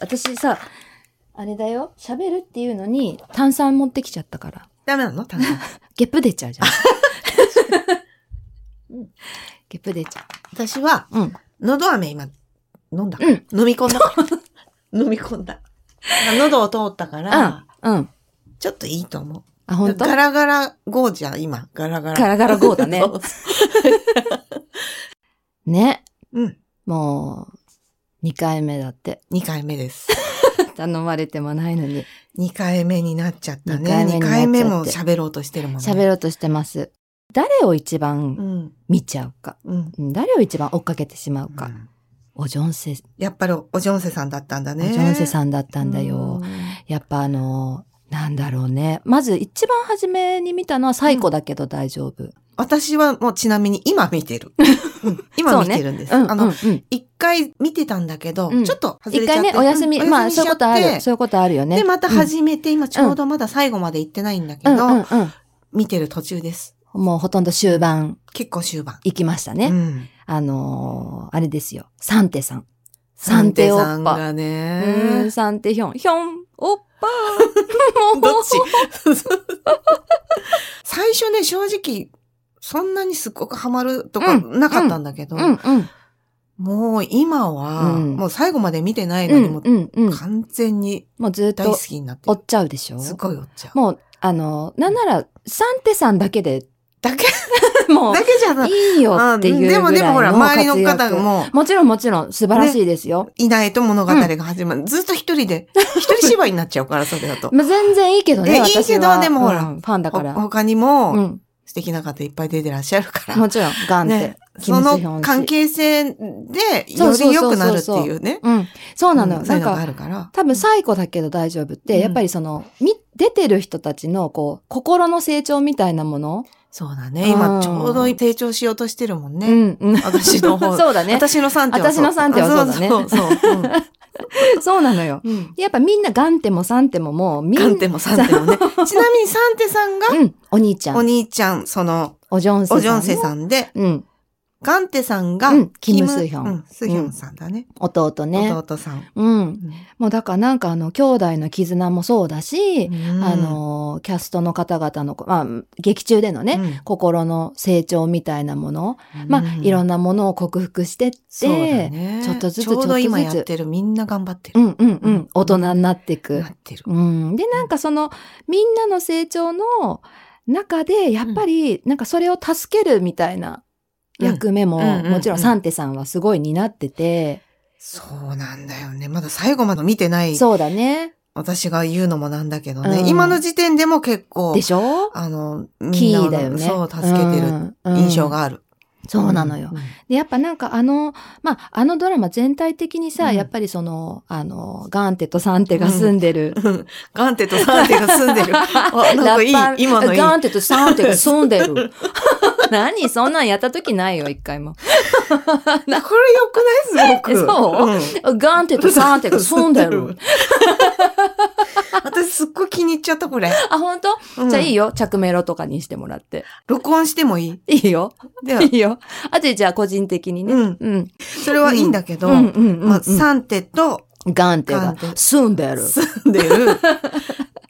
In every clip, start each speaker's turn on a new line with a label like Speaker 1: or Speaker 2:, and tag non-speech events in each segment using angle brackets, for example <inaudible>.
Speaker 1: 私さ、あれだよ。喋るっていうのに炭酸持ってきちゃったから。
Speaker 2: ダメなの
Speaker 1: <laughs>
Speaker 2: 炭酸。
Speaker 1: ゲップ出ちゃ
Speaker 2: <laughs>
Speaker 1: うじゃん。ゲップ出ちゃ
Speaker 2: 私は、
Speaker 1: う。うん。
Speaker 2: 喉飴今、飲んだ。
Speaker 1: うん
Speaker 2: 飲み
Speaker 1: <laughs>
Speaker 2: 込んだ。飲み込んだ。喉を通ったから、
Speaker 1: うん。
Speaker 2: ちょっといいと思
Speaker 1: あ、
Speaker 2: う。
Speaker 1: 本当
Speaker 2: ガラガラゴーじゃん、今。ガラガラ。
Speaker 1: ガラガラゴーだね
Speaker 2: <laughs> そう
Speaker 1: ね。
Speaker 2: うん。
Speaker 1: もう、2回目だって。
Speaker 2: 2回目です。
Speaker 1: 頼まれてもないのに。
Speaker 2: 2回目になっちゃったね。2
Speaker 1: 二
Speaker 2: 回
Speaker 1: 回目
Speaker 2: 目
Speaker 1: に
Speaker 2: も
Speaker 1: なっちゃって
Speaker 2: 喋ろうとしてるもんね。
Speaker 1: 喋ろうとしてます。誰を一
Speaker 2: う
Speaker 1: 番
Speaker 2: ん。
Speaker 1: 見ちゃうか。
Speaker 2: うん。
Speaker 1: うん誰を一番追っかけてしまう
Speaker 2: う
Speaker 1: か。
Speaker 2: ん
Speaker 1: おじょんせ、
Speaker 2: やっぱりおじょんせさんだったんだ
Speaker 1: お
Speaker 2: ね。
Speaker 1: じょんせ
Speaker 2: ん
Speaker 1: さんだったんだよ。。やっぱあの、なんだろうね。まず一番初めに見たのはサイコだけど大丈夫。
Speaker 2: 私はもうちなみに今見てる。うん今見てるんです。
Speaker 1: うん、
Speaker 2: あ
Speaker 1: うん、う
Speaker 2: の、
Speaker 1: ん。
Speaker 2: 一回見てたんだけど、
Speaker 1: うん
Speaker 2: ちょっと外
Speaker 1: 一
Speaker 2: れちゃ
Speaker 1: 回
Speaker 2: って。
Speaker 1: ね、お休み、
Speaker 2: うん
Speaker 1: まあ
Speaker 2: お
Speaker 1: そういう
Speaker 2: 休みし
Speaker 1: こ
Speaker 2: ち
Speaker 1: と
Speaker 2: ゃっ
Speaker 1: あ
Speaker 2: て
Speaker 1: る。そういうことあるよね。
Speaker 2: で、また
Speaker 1: うん
Speaker 2: 始めて、今ちょうどまだ最後まで行ってないんだけ
Speaker 1: うん、う
Speaker 2: ど、
Speaker 1: ん、うん。
Speaker 2: 見てる途中です。
Speaker 1: もうほとんど終盤
Speaker 2: 結構終盤。
Speaker 1: 行きましたね。
Speaker 2: うん。
Speaker 1: あのーあれですよ。サンテさん。
Speaker 2: サ
Speaker 1: サ
Speaker 2: ン
Speaker 1: ン
Speaker 2: テ
Speaker 1: テオ
Speaker 2: さん
Speaker 1: ッパ。
Speaker 2: が
Speaker 1: う
Speaker 2: ね
Speaker 1: ーん、。サンテヒョン。ヒョン、オッパもう
Speaker 2: <laughs> どっち <laughs> 最初ね、正直、そんなにすっごくハマるとか
Speaker 1: うん
Speaker 2: なかったんだけど、
Speaker 1: うん、うん。
Speaker 2: もう今は、
Speaker 1: うん
Speaker 2: もう最後まで見てないの
Speaker 1: う
Speaker 2: に
Speaker 1: ん
Speaker 2: も、、
Speaker 1: うん、うん。
Speaker 2: 完全に
Speaker 1: もうずっ
Speaker 2: 大好
Speaker 1: と
Speaker 2: きになって
Speaker 1: 追っ
Speaker 2: る。
Speaker 1: ちゃうでしょ
Speaker 2: すごいおっちゃん。
Speaker 1: もう、あのーなんなら、サンテさんだけで、
Speaker 2: だけ、
Speaker 1: もう
Speaker 2: だ、けじゃない。
Speaker 1: いいよっていうぐらいの
Speaker 2: でもでもほら、周りの方
Speaker 1: 活躍
Speaker 2: も、
Speaker 1: もちろんもちろん素晴らしいですよ。
Speaker 2: いないと物語が始まる。ずっと一人で、一人芝居になっちゃ
Speaker 1: <laughs>
Speaker 2: うから、それだと。
Speaker 1: まあ、全然いいけど
Speaker 2: い
Speaker 1: ね。
Speaker 2: やいいけど
Speaker 1: 私は
Speaker 2: でもほら
Speaker 1: うんファンだから。
Speaker 2: ほ他に
Speaker 1: う
Speaker 2: も、
Speaker 1: ん。
Speaker 2: 素敵な方いっぱい出てらっしゃるから。
Speaker 1: もちろん、ガンって。
Speaker 2: ね、
Speaker 1: キ
Speaker 2: そ
Speaker 1: ムスヒョン氏
Speaker 2: の関係性で
Speaker 1: そ
Speaker 2: よ
Speaker 1: う
Speaker 2: り
Speaker 1: そう
Speaker 2: 良
Speaker 1: そうそう
Speaker 2: くなるっていうね。
Speaker 1: うん。そうなのよ。
Speaker 2: うんそう
Speaker 1: ないん
Speaker 2: うのが
Speaker 1: か、
Speaker 2: あるから。
Speaker 1: 多分、最古だけど大丈夫って、
Speaker 2: うん
Speaker 1: やっぱりその、み、出てる人たちの、こう、心の成長みたいなもの。
Speaker 2: そうだね。今、
Speaker 1: うん
Speaker 2: ちょうど成長しようとしてるもん
Speaker 1: う
Speaker 2: ね。
Speaker 1: ん、うん。
Speaker 2: 私の
Speaker 1: <laughs>
Speaker 2: 方。
Speaker 1: そうだね。
Speaker 2: <laughs> 私の3手は
Speaker 1: 私
Speaker 2: そう。
Speaker 1: の三手はそうだね
Speaker 2: そうそうそう
Speaker 1: そうなのよ。
Speaker 2: うん。うん。
Speaker 1: やっぱみんなガンテもサンテももう、みんな、
Speaker 2: 3手も3手も
Speaker 1: <laughs>
Speaker 2: ね。ちなみに3手さんが、
Speaker 1: うん、お兄ちゃ
Speaker 2: お
Speaker 1: ん、
Speaker 2: 兄ちゃん、その、
Speaker 1: おジョンセさん。
Speaker 2: おじょんせさんで、
Speaker 1: うん、
Speaker 2: ガンテさんが
Speaker 1: うん、キムスヒョン
Speaker 2: うんスヒョンさんだね。
Speaker 1: 弟ね。
Speaker 2: 弟さん。
Speaker 1: うん。もうだからなんかあの、兄弟の絆もそうだし、
Speaker 2: うん
Speaker 1: あ、の、キャストの方々の、まあ、劇中でのね、
Speaker 2: ね、
Speaker 1: 心の成長みたいなもの、まあ、いろ
Speaker 2: な、
Speaker 1: んなものを克服してって、
Speaker 2: そうだね
Speaker 1: ちょっとずつ
Speaker 2: ちょうど今
Speaker 1: ちょっ
Speaker 2: や
Speaker 1: とずつ
Speaker 2: ってるみんな頑張って
Speaker 1: う
Speaker 2: る。
Speaker 1: んうんう
Speaker 2: うん
Speaker 1: ん、大人になっていく
Speaker 2: な。ってる。
Speaker 1: うん。で、なんかその、みんなの成長の中で、やっぱり、なんかそれを助けるみたいな役目も、
Speaker 2: うんうんうん
Speaker 1: もちろんサンテさんはすごい担ってて、
Speaker 2: そうなんだよね。まだ最後まで見てない
Speaker 1: そうだね。
Speaker 2: 私が言うのもなんだけどね。
Speaker 1: うん
Speaker 2: 今の時点でも結構
Speaker 1: で、しょ
Speaker 2: あの、み
Speaker 1: キ
Speaker 2: んな
Speaker 1: ー
Speaker 2: を
Speaker 1: だよね。
Speaker 2: そう、助けてる
Speaker 1: うん
Speaker 2: 印象がある。
Speaker 1: うんそうなのよ。で、やっぱなんかあの、まあ、あのドラマ全体的にさ、
Speaker 2: うん
Speaker 1: やっぱりその、あの、ガンテとサンテが住んでる。
Speaker 2: うん。ガンテとサンテが住ん
Speaker 1: <laughs>
Speaker 2: <laughs> でる。あ、なんかいい
Speaker 1: ラッパ、ー
Speaker 2: 今のいい。
Speaker 1: ガンテとサンテが住んでる。
Speaker 2: <laughs>
Speaker 1: 何そんなんやった時ないよ、一回も。
Speaker 2: これ良くないすごく。
Speaker 1: えそう <laughs> ガンテとサンテが住
Speaker 2: <laughs>
Speaker 1: んでる。。
Speaker 2: 私すっごい気に入っちゃった、
Speaker 1: <laughs>
Speaker 2: これ。
Speaker 1: あ、本当、
Speaker 2: うん
Speaker 1: じゃあいいよ。着メロとかにしてもらって。
Speaker 2: 録音してもいい
Speaker 1: いいよ。
Speaker 2: では、
Speaker 1: いいよ。あとでじゃあ個人的にね。
Speaker 2: うん。
Speaker 1: うん。
Speaker 2: それはいいんだけど、
Speaker 1: うんうんうん、
Speaker 2: まあ、サンテと
Speaker 1: ガンテ
Speaker 2: ガ
Speaker 1: が
Speaker 2: ンテ
Speaker 1: 住んでる。
Speaker 2: 住ん
Speaker 1: <laughs>
Speaker 2: でる、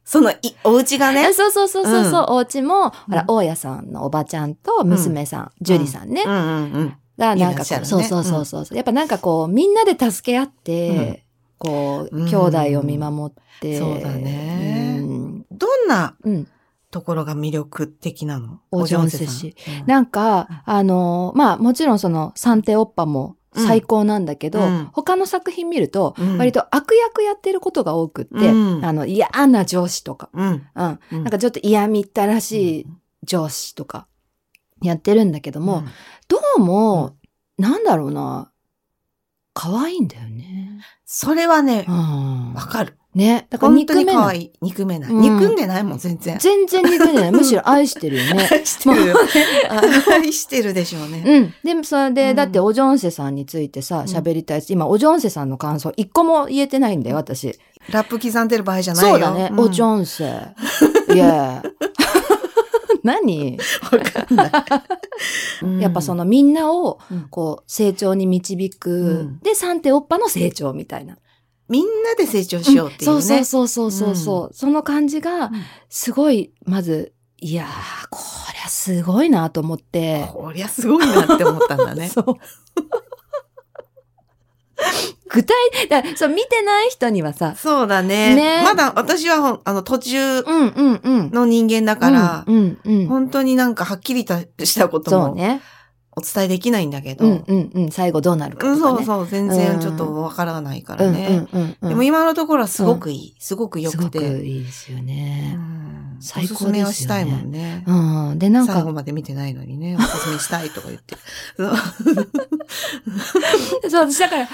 Speaker 2: そのい、お家がね
Speaker 1: あ、そうそうそうそうそう、お家も、ほ
Speaker 2: う
Speaker 1: ら
Speaker 2: ん、
Speaker 1: 大家さんのおばちゃんと娘さん、ジュリさんね、
Speaker 2: うんうんうん。
Speaker 1: がなん
Speaker 2: いら
Speaker 1: か
Speaker 2: っし
Speaker 1: こ
Speaker 2: ゃ
Speaker 1: う、
Speaker 2: るね
Speaker 1: そうそうそうそう、やっぱなんかこう、みんなで助け合って、こう、
Speaker 2: うん
Speaker 1: 兄弟を見守って、
Speaker 2: そうだね
Speaker 1: うん
Speaker 2: どんな
Speaker 1: うん
Speaker 2: ところが魅力的なの
Speaker 1: お嬢せ
Speaker 2: 嬢
Speaker 1: し
Speaker 2: さんうん
Speaker 1: なんか、あのーまあ、もちろんその、三手オッパも最高なんだけど、
Speaker 2: うん
Speaker 1: 他の作品見ると、
Speaker 2: うん
Speaker 1: 割と悪役やってることが多くって、
Speaker 2: うん
Speaker 1: あの、嫌な上司とか、
Speaker 2: うん。
Speaker 1: うん。
Speaker 2: な
Speaker 1: なんかちょっと嫌みったらしい
Speaker 2: うん
Speaker 1: 上司とかやってるんだけども、
Speaker 2: うん
Speaker 1: どうも、なんだろうな、可愛いんだよね。
Speaker 2: それはね
Speaker 1: う、ん
Speaker 2: わ。かる。
Speaker 1: ね。だから
Speaker 2: 本当
Speaker 1: 憎め
Speaker 2: に可
Speaker 1: ない。
Speaker 2: 愛い。憎めない。
Speaker 1: うん
Speaker 2: 憎んでないもん、全然。
Speaker 1: 全然憎め
Speaker 2: <laughs>
Speaker 1: ない。むしろ愛 <laughs> してるよね。
Speaker 2: 愛してる。あ <laughs> 愛してるでしょうね。
Speaker 1: うん。で、それで、
Speaker 2: うん
Speaker 1: だって、おジョンセさんについてさ、喋りたいし、今、おジョンセさんの感想、一個も言えてないんだよ、私。
Speaker 2: ラップ刻んでる場合じゃないよ。
Speaker 1: そうだね。
Speaker 2: ん
Speaker 1: おジョン
Speaker 2: <laughs>
Speaker 1: セ。いや <laughs> 何
Speaker 2: わかんないうん
Speaker 1: やっぱそのみんなを、こう、成長に導く、
Speaker 2: うん
Speaker 1: で、三手おっぱの成長みたいな。
Speaker 2: みんなで成長しようっていうね。
Speaker 1: んそうそうそうそうそう、その感じが
Speaker 2: うん
Speaker 1: すごいまずいやーこりゃすごいなと思って
Speaker 2: こりゃすごいなって思ったんだね。
Speaker 1: <laughs> そう。具体、だからそう、見てない人にはさ、
Speaker 2: そうだね。
Speaker 1: ね
Speaker 2: まだ私はほんあの途中
Speaker 1: うんうんうん。
Speaker 2: の人間だから、
Speaker 1: うんうんうん。
Speaker 2: 本当になんかはっきりとしたこと
Speaker 1: そう
Speaker 2: も
Speaker 1: ね。
Speaker 2: お伝えできないんだけど、
Speaker 1: うんうんうん。最後どうなるか
Speaker 2: うん
Speaker 1: とか
Speaker 2: そう
Speaker 1: ね。
Speaker 2: そう、全然ちょっとわからないから
Speaker 1: ん
Speaker 2: ね。
Speaker 1: うんうん。
Speaker 2: でも今のところはすごくいい。すごく良
Speaker 1: す
Speaker 2: く
Speaker 1: ごく
Speaker 2: て。
Speaker 1: いいですよ
Speaker 2: う
Speaker 1: ね。
Speaker 2: ん
Speaker 1: 最高
Speaker 2: おすすめは
Speaker 1: です
Speaker 2: し
Speaker 1: よ
Speaker 2: た
Speaker 1: ね
Speaker 2: いもんね。
Speaker 1: うん。で、なん
Speaker 2: 最後
Speaker 1: か、
Speaker 2: まで見てないのにね、おすすめしたいとか言って。そう
Speaker 1: そう、私だから、
Speaker 2: うん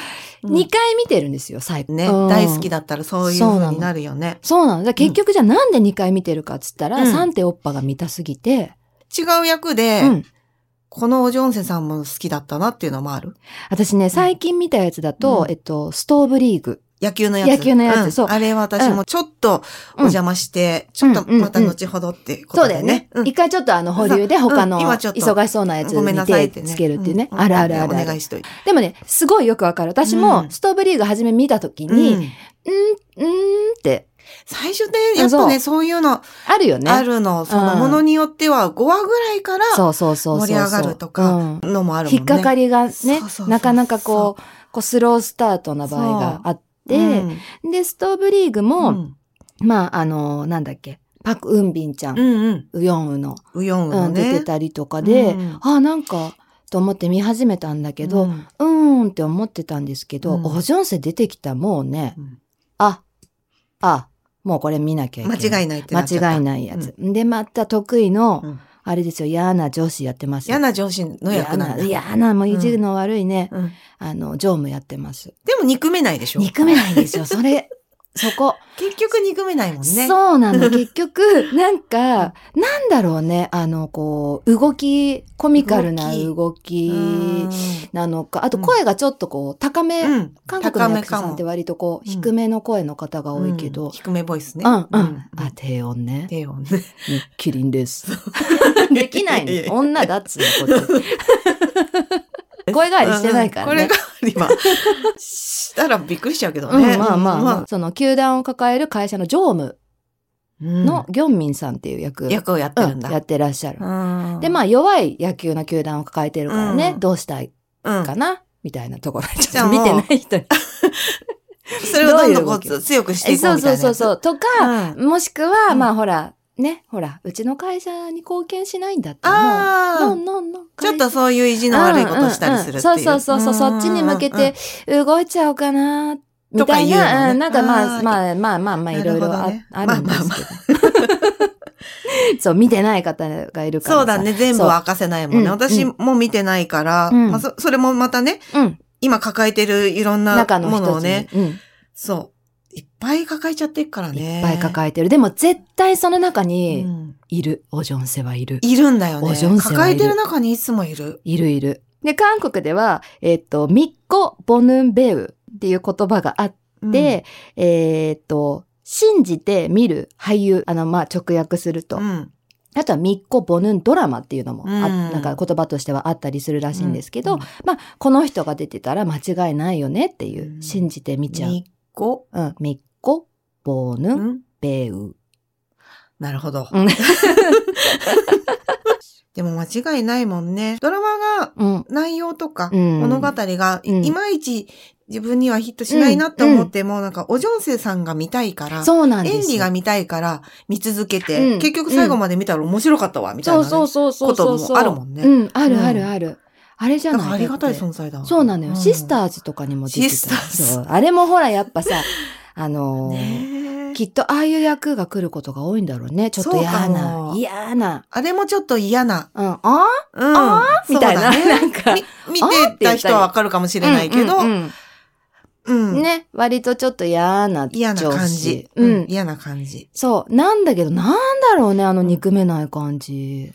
Speaker 1: 2回見てるんですよ、最後。
Speaker 2: ね、
Speaker 1: うん
Speaker 2: 大好きだったらそういう風になるよね。
Speaker 1: そうなの。だから結局じゃあなんで2回見てるかっつったら、
Speaker 2: うん
Speaker 1: 三手おっぱが見たすぎて、
Speaker 2: 違う役で、
Speaker 1: うん。
Speaker 2: このおジョンセさんも好きだったなっていうのもある。
Speaker 1: 私ね、最近見たやつだと
Speaker 2: う、ん
Speaker 1: えっと、ストーブリーグ。
Speaker 2: 野球のや
Speaker 1: 野
Speaker 2: つ。
Speaker 1: 球のやつ
Speaker 2: ん
Speaker 1: そう
Speaker 2: あれは私もちょっとお邪魔して、ち
Speaker 1: う
Speaker 2: ょ
Speaker 1: ん
Speaker 2: っとまた後ほどってこ
Speaker 1: そ
Speaker 2: と
Speaker 1: うだ
Speaker 2: で
Speaker 1: よね
Speaker 2: ね。。うん
Speaker 1: 一回ちょっとあの保留で
Speaker 2: そう
Speaker 1: 他の
Speaker 2: うん今ちょっと
Speaker 1: 忙しそうなやつ
Speaker 2: ごめんな
Speaker 1: に
Speaker 2: さい
Speaker 1: 手
Speaker 2: ってね。
Speaker 1: つけるっていうね。
Speaker 2: ん
Speaker 1: あるあるある
Speaker 2: お
Speaker 1: あ
Speaker 2: 願
Speaker 1: る
Speaker 2: い。しといて。
Speaker 1: でもね、すごいよくわかる。私
Speaker 2: う
Speaker 1: も
Speaker 2: ん
Speaker 1: ストーブリーグ初め見た時
Speaker 2: う
Speaker 1: に、
Speaker 2: ん
Speaker 1: うん、うーんって、
Speaker 2: 最初ね、やっぱ
Speaker 1: そう
Speaker 2: ね、そういうの
Speaker 1: あるよね。
Speaker 2: あるの、そのものによっては5話ぐらいから
Speaker 1: そうそうそうそうそう。
Speaker 2: 盛り上がるとか
Speaker 1: うん
Speaker 2: のもあるもんね。
Speaker 1: 引っかかりがね
Speaker 2: そうそうそうそう
Speaker 1: なかなかこう、こうスロースタートな場合があって、で、ストーブリーグ
Speaker 2: うん、う
Speaker 1: も、
Speaker 2: ん
Speaker 1: まあ、あの、なんだっけ、パク・ウンビンちゃん、
Speaker 2: うんうん。
Speaker 1: ウヨンウの、
Speaker 2: うよん
Speaker 1: う
Speaker 2: うの
Speaker 1: ん、
Speaker 2: ね。
Speaker 1: 出てたりとかで
Speaker 2: う、ん
Speaker 1: あ、なんか、と思って見始めたんだけど、
Speaker 2: うん
Speaker 1: うーんって思ってたんですけど、
Speaker 2: うん
Speaker 1: おジョンセ出てきたもうね、
Speaker 2: うん
Speaker 1: あ、あ、もうこれ見なきゃいけない。
Speaker 2: 間違
Speaker 1: い
Speaker 2: いないってなっちゃった。
Speaker 1: 間違いないやつ。で、また得意の、
Speaker 2: うん
Speaker 1: あれですよ、嫌な上司やってますよ。
Speaker 2: 嫌な上司の役なんだ。
Speaker 1: 嫌な、嫌な、もう意地の悪いね、
Speaker 2: うん
Speaker 1: あの、常務やってます。
Speaker 2: でも憎めないでしょ
Speaker 1: 憎めないんですよ、 <laughs> それ。そこ、
Speaker 2: <laughs> 結局憎めないもんね。
Speaker 1: そうな
Speaker 2: <laughs>
Speaker 1: の。結局、なんか、なんだろうね。あの、こう、動き、コミカルな動き
Speaker 2: うん
Speaker 1: なのか。あと、声がちょっとこう、高め、
Speaker 2: うん。
Speaker 1: 韓国の役者
Speaker 2: 高
Speaker 1: さんって割とこう、
Speaker 2: うん
Speaker 1: 低めの声の方が多いけ
Speaker 2: うん
Speaker 1: ど。
Speaker 2: 低めボイスね。
Speaker 1: うん、うん、あ
Speaker 2: あ、、
Speaker 1: 低音ね。
Speaker 2: 低音ね。
Speaker 1: キリンです。 <laughs> できない
Speaker 2: いやいやい
Speaker 1: の。
Speaker 2: や
Speaker 1: 女だっつうの、こっ
Speaker 2: <laughs>
Speaker 1: ち。声変わりしてないから
Speaker 2: うんう
Speaker 1: ね
Speaker 2: ん。これが、今、したらびっくりしちゃうけど
Speaker 1: うん、ま
Speaker 2: ね。
Speaker 1: あまあまあ、その、球団を抱える会社の常務
Speaker 2: うん
Speaker 1: のギョンミンさんっていう役、
Speaker 2: 役をやって
Speaker 1: う
Speaker 2: る
Speaker 1: ん
Speaker 2: んだ。
Speaker 1: やってらっしゃる。
Speaker 2: うん
Speaker 1: で、まあ、弱い野球の球団を抱えてるからね、
Speaker 2: うん
Speaker 1: どうしたい
Speaker 2: うん
Speaker 1: かな、みたいなところ。ち
Speaker 2: じ
Speaker 1: ょ
Speaker 2: ゃ
Speaker 1: っ
Speaker 2: あ
Speaker 1: と見
Speaker 2: もう
Speaker 1: てない人に。
Speaker 2: それをどんどん
Speaker 1: ど
Speaker 2: こ
Speaker 1: ういう動
Speaker 2: う強くしていこ
Speaker 1: そうう
Speaker 2: みた
Speaker 1: そ
Speaker 2: いうな
Speaker 1: そう
Speaker 2: やつ。
Speaker 1: そう。とか、
Speaker 2: うん
Speaker 1: もしくは、
Speaker 2: うん
Speaker 1: まあ、ほら、ね、ほら、うちの会社に貢献しないんだったら、
Speaker 2: あ
Speaker 1: もう、の
Speaker 2: あ
Speaker 1: ん。のんのん。
Speaker 2: ちょっと
Speaker 1: う、
Speaker 2: そういう意地の悪いことをしたりするっていう。
Speaker 1: んんんそうそうそうそう、そっちに向けて動いちゃうかな、み
Speaker 2: と
Speaker 1: た
Speaker 2: か
Speaker 1: い
Speaker 2: 言うのね
Speaker 1: な、うんなんかま
Speaker 2: あ
Speaker 1: あ、
Speaker 2: ー
Speaker 1: まあまあまあまあ、いろいろ
Speaker 2: なるほ
Speaker 1: あ
Speaker 2: どね
Speaker 1: あるんです
Speaker 2: まあ
Speaker 1: けど。 <laughs> そう、見てない方がいるからさ。
Speaker 2: そうだね。全部は明かせないもんね。
Speaker 1: そううん
Speaker 2: 私も見てないから、
Speaker 1: うん
Speaker 2: まあそ、それもまたね、
Speaker 1: うん。
Speaker 2: 今抱えてるいろんな
Speaker 1: 中の
Speaker 2: もの
Speaker 1: 一
Speaker 2: を
Speaker 1: つ
Speaker 2: ね
Speaker 1: に、。うん。
Speaker 2: そう。いっぱい抱えちゃってっからね。
Speaker 1: いっぱい抱えてる。でも絶対その中
Speaker 2: う
Speaker 1: に
Speaker 2: ん
Speaker 1: いる。おジョンセはいる。
Speaker 2: いるんだよ
Speaker 1: お
Speaker 2: ね
Speaker 1: ジョン。セは
Speaker 2: 抱
Speaker 1: いる
Speaker 2: えてる中にいつもいる。
Speaker 1: いるいる。で、韓国では、えっ、と、ミッコ・ボヌンベウっていう言葉があっ
Speaker 2: うん、
Speaker 1: て、えっと、信じて見る俳優、あの、まあ、直訳すると。
Speaker 2: うん、
Speaker 1: あとはミッコ・ボヌンドラマっていうのもあ、
Speaker 2: うん
Speaker 1: なんか言葉としてはあったりするら
Speaker 2: ら
Speaker 1: しいんですけど、まあ、この人が出てたら間違いないよねっていう、
Speaker 2: うん
Speaker 1: 信じて見ちゃう。
Speaker 2: 2個。
Speaker 1: うん、ミッコ・ボヌ
Speaker 2: う
Speaker 1: ン
Speaker 2: ん。
Speaker 1: ベウ。
Speaker 2: なるほど。
Speaker 1: うん
Speaker 2: でも間違いないもんね。ドラマが
Speaker 1: うん。
Speaker 2: 内容とか、
Speaker 1: うん
Speaker 2: 物語が
Speaker 1: うん
Speaker 2: いいまいち自分にはヒットしないなって思っても、なんかお嬢生さんが見たいから、
Speaker 1: そうなんですよ
Speaker 2: 演技が見たいから見続け
Speaker 1: う
Speaker 2: て、
Speaker 1: ん
Speaker 2: 結局最後まで見たら面白かったわ、みたい
Speaker 1: そ
Speaker 2: な
Speaker 1: う
Speaker 2: ね。
Speaker 1: そうそうそうそうそう。
Speaker 2: こともあるもんね
Speaker 1: うん、あるあるある。あれじゃ
Speaker 2: なん
Speaker 1: ない
Speaker 2: かありがたい
Speaker 1: だって
Speaker 2: 存在だ。
Speaker 1: そうなのよ、シス
Speaker 2: ー。
Speaker 1: ターズとかにも出てた。
Speaker 2: シスターズ
Speaker 1: そうあれもほら、やっぱ
Speaker 2: <laughs>
Speaker 1: さ、あのー
Speaker 2: ねえ
Speaker 1: きっとああいう役が来ることが多いんだろうね。ちょっと嫌
Speaker 2: そうか
Speaker 1: な
Speaker 2: も。
Speaker 1: 嫌な。
Speaker 2: あれもちょっと嫌な。
Speaker 1: うん。ああ
Speaker 2: うん。
Speaker 1: あみたいな。
Speaker 2: そうだ
Speaker 1: な
Speaker 2: ね
Speaker 1: んか。
Speaker 2: み見てた人はわかるかもしれないけど、
Speaker 1: う
Speaker 2: うん
Speaker 1: うんんうんね。割とちょっと嫌な上司。
Speaker 2: 嫌な感じ。
Speaker 1: う
Speaker 2: うん
Speaker 1: ん。
Speaker 2: 嫌な感じ。
Speaker 1: そう。なんだけど、なんだろうね、あの憎めない感じ。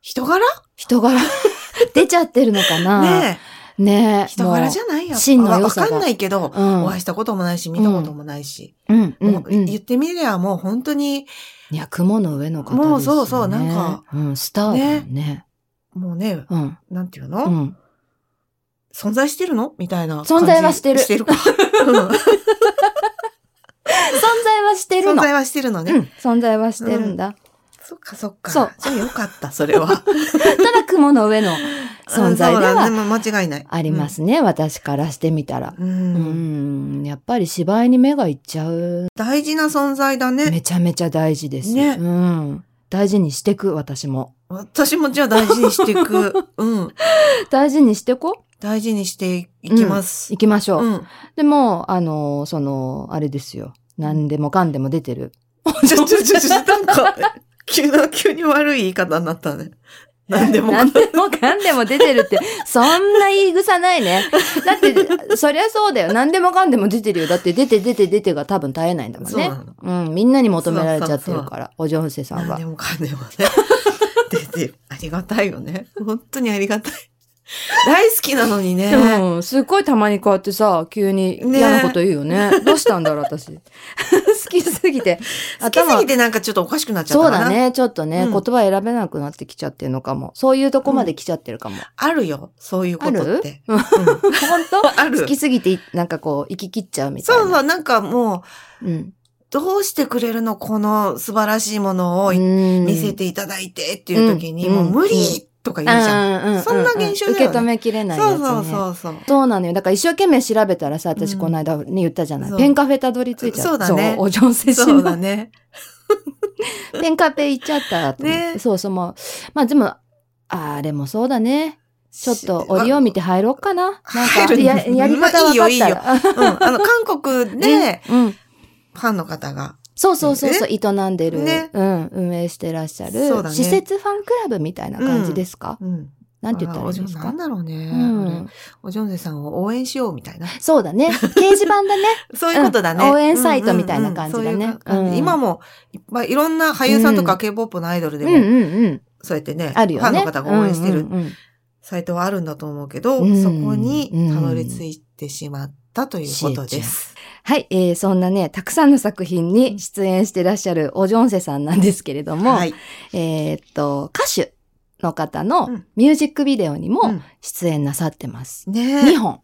Speaker 2: 人柄
Speaker 1: 人柄 <laughs> 出ちゃってるのかな。
Speaker 2: ね
Speaker 1: ねえ。
Speaker 2: え。人柄じ
Speaker 1: ゃ
Speaker 2: ゃないやっぱ
Speaker 1: 真の良
Speaker 2: わ
Speaker 1: さが
Speaker 2: かんないけど、
Speaker 1: うん
Speaker 2: お会いしたこともないし、見たこともないし。
Speaker 1: うんうん
Speaker 2: もう
Speaker 1: うん。
Speaker 2: 言ってみりゃもう本当に、
Speaker 1: いや、雲の上の方ですよ、ね。
Speaker 2: もうそうそうなんか。
Speaker 1: うん、スターだよね。
Speaker 2: もうね、
Speaker 1: うん。
Speaker 2: なんていう
Speaker 1: う
Speaker 2: の
Speaker 1: ん。
Speaker 2: 存在してるのみたいな感
Speaker 1: <laughs>
Speaker 2: じ。
Speaker 1: 存在はしてる
Speaker 2: してるか。うん
Speaker 1: してる
Speaker 2: 存
Speaker 1: の。
Speaker 2: 在はしてるのね。
Speaker 1: うん、存在はしてるんだ。
Speaker 2: そっかそっか。
Speaker 1: そう
Speaker 2: じゃあよかった、それは。
Speaker 1: ただ雲の上の <laughs> 存在で
Speaker 2: うんそうだ
Speaker 1: は
Speaker 2: ねまあ間違いない。
Speaker 1: ありますね、私からしてみたら。
Speaker 2: うん。
Speaker 1: う
Speaker 2: うん
Speaker 1: ん、やっぱり芝居に目がいっちゃう。
Speaker 2: 大事な存在だね。
Speaker 1: めちゃめちゃ大事です。
Speaker 2: ね
Speaker 1: うん。大事にしてく、私も。
Speaker 2: 私もじゃあ大事にしてい
Speaker 1: <laughs>
Speaker 2: く。うん。
Speaker 1: 大事にしてこ
Speaker 2: 大事にしていきます。
Speaker 1: 行きましょう。
Speaker 2: うん。
Speaker 1: でも、あの、その、あれですよ。何でもかんでも出てる。
Speaker 2: ちょ、ちょ、ちょ、ちょ、なんか、 <laughs> 急な、急に悪い言い方になったね。なんでもか
Speaker 1: 何でもかんでも出てるって、そんな言い草ないね。だって、そりゃそうだよ。何でもかんでも出てるよ。だって、出て出て出てが多分絶えないんだもん
Speaker 2: そう
Speaker 1: ね
Speaker 2: な。の
Speaker 1: うん、みんなに求められちゃってるから、お嬢せさん
Speaker 2: なん
Speaker 1: は
Speaker 2: で。もかんでもね。 <laughs> 出て、ありがたいよね。本当にありがたい。大好きなのにね。
Speaker 1: うん、すっごいたまにこうやってさ、急に嫌なこと言うよね。どうしたんだろう、私。好きすぎて。
Speaker 2: 好きす
Speaker 1: 頭
Speaker 2: ぎてなんかちょっとおかしくなっちゃっ
Speaker 1: そう
Speaker 2: たかな。
Speaker 1: だ。ね。ちょっとね、
Speaker 2: うん
Speaker 1: 言葉選べなくなってきちゃってるのかも。そういうとこまで来ちゃってるかも。
Speaker 2: あるよ。そういうことって。うん
Speaker 1: 本当
Speaker 2: <laughs> ある
Speaker 1: 好。きすぎて、なんかこう、行き切っちゃうみたいな。
Speaker 2: そうそう、なんかもう、
Speaker 1: うん。
Speaker 2: どうしてくれるのこの素晴らしいものを見
Speaker 1: 見
Speaker 2: せていただいてっていう時に、
Speaker 1: うん
Speaker 2: もう無
Speaker 1: う
Speaker 2: 理とか言うじゃん。
Speaker 1: ゃ
Speaker 2: そんな現象だよね
Speaker 1: 受け止めきれないやつ
Speaker 2: そ
Speaker 1: ね。
Speaker 2: うそうそうそう。
Speaker 1: そうなのよ。だから一生懸命調べたらさ、私
Speaker 2: うん
Speaker 1: この間ね、言ったじゃない
Speaker 2: そ。う
Speaker 1: ペンカフェたどり着いちゃった。
Speaker 2: そうだね
Speaker 1: お嬢せし
Speaker 2: そうだ
Speaker 1: の。
Speaker 2: ね。
Speaker 1: ペンカフェ行っちゃったと思って。
Speaker 2: ね
Speaker 1: そうそうもう。まあでも、あれもそうだね。ちょっと折を見て入ろうかな。なん
Speaker 2: 入
Speaker 1: か、
Speaker 2: る
Speaker 1: ややり方分かった
Speaker 2: ま
Speaker 1: ら。 <laughs>
Speaker 2: うん、あの、韓国で、
Speaker 1: うん。
Speaker 2: ファンの方が。
Speaker 1: そうそうそうそう、営んでる、
Speaker 2: ね
Speaker 1: うん、運営してらっしゃる、
Speaker 2: そうだね
Speaker 1: 施設ファンクラブみたいな感じですか、
Speaker 2: うん。
Speaker 1: なんて言ったらいいんです
Speaker 2: あな
Speaker 1: か
Speaker 2: んだろうね。
Speaker 1: うん、
Speaker 2: お嬢さんを応援しようみたいな。
Speaker 1: そうだね。掲示板だね。
Speaker 2: <laughs> そういうことだね。
Speaker 1: うん応援サイトみたいな感じだね
Speaker 2: うんうんうんそういう感じ
Speaker 1: うん
Speaker 2: 今も、いっぱいいろんな俳優さんと
Speaker 1: う
Speaker 2: か K-POP のアイド
Speaker 1: う
Speaker 2: ルで
Speaker 1: ん
Speaker 2: も、
Speaker 1: うんうん。
Speaker 2: そうやってね、フ
Speaker 1: あるよね。
Speaker 2: ァンの方が応援してる
Speaker 1: うんうんうん
Speaker 2: サイトはあるんだと思うけど、
Speaker 1: うん
Speaker 2: そこにたどり着いてしまったということです。
Speaker 1: はい、えーそんなね、たくさんの作品に出演してらっしゃるおジョンセさんなんですけれども、
Speaker 2: はい。
Speaker 1: えーっと、歌手の方
Speaker 2: う
Speaker 1: の
Speaker 2: ん
Speaker 1: ミュージックビデオに
Speaker 2: う
Speaker 1: も
Speaker 2: ん
Speaker 1: 出演なさってます。
Speaker 2: ね
Speaker 1: 2本。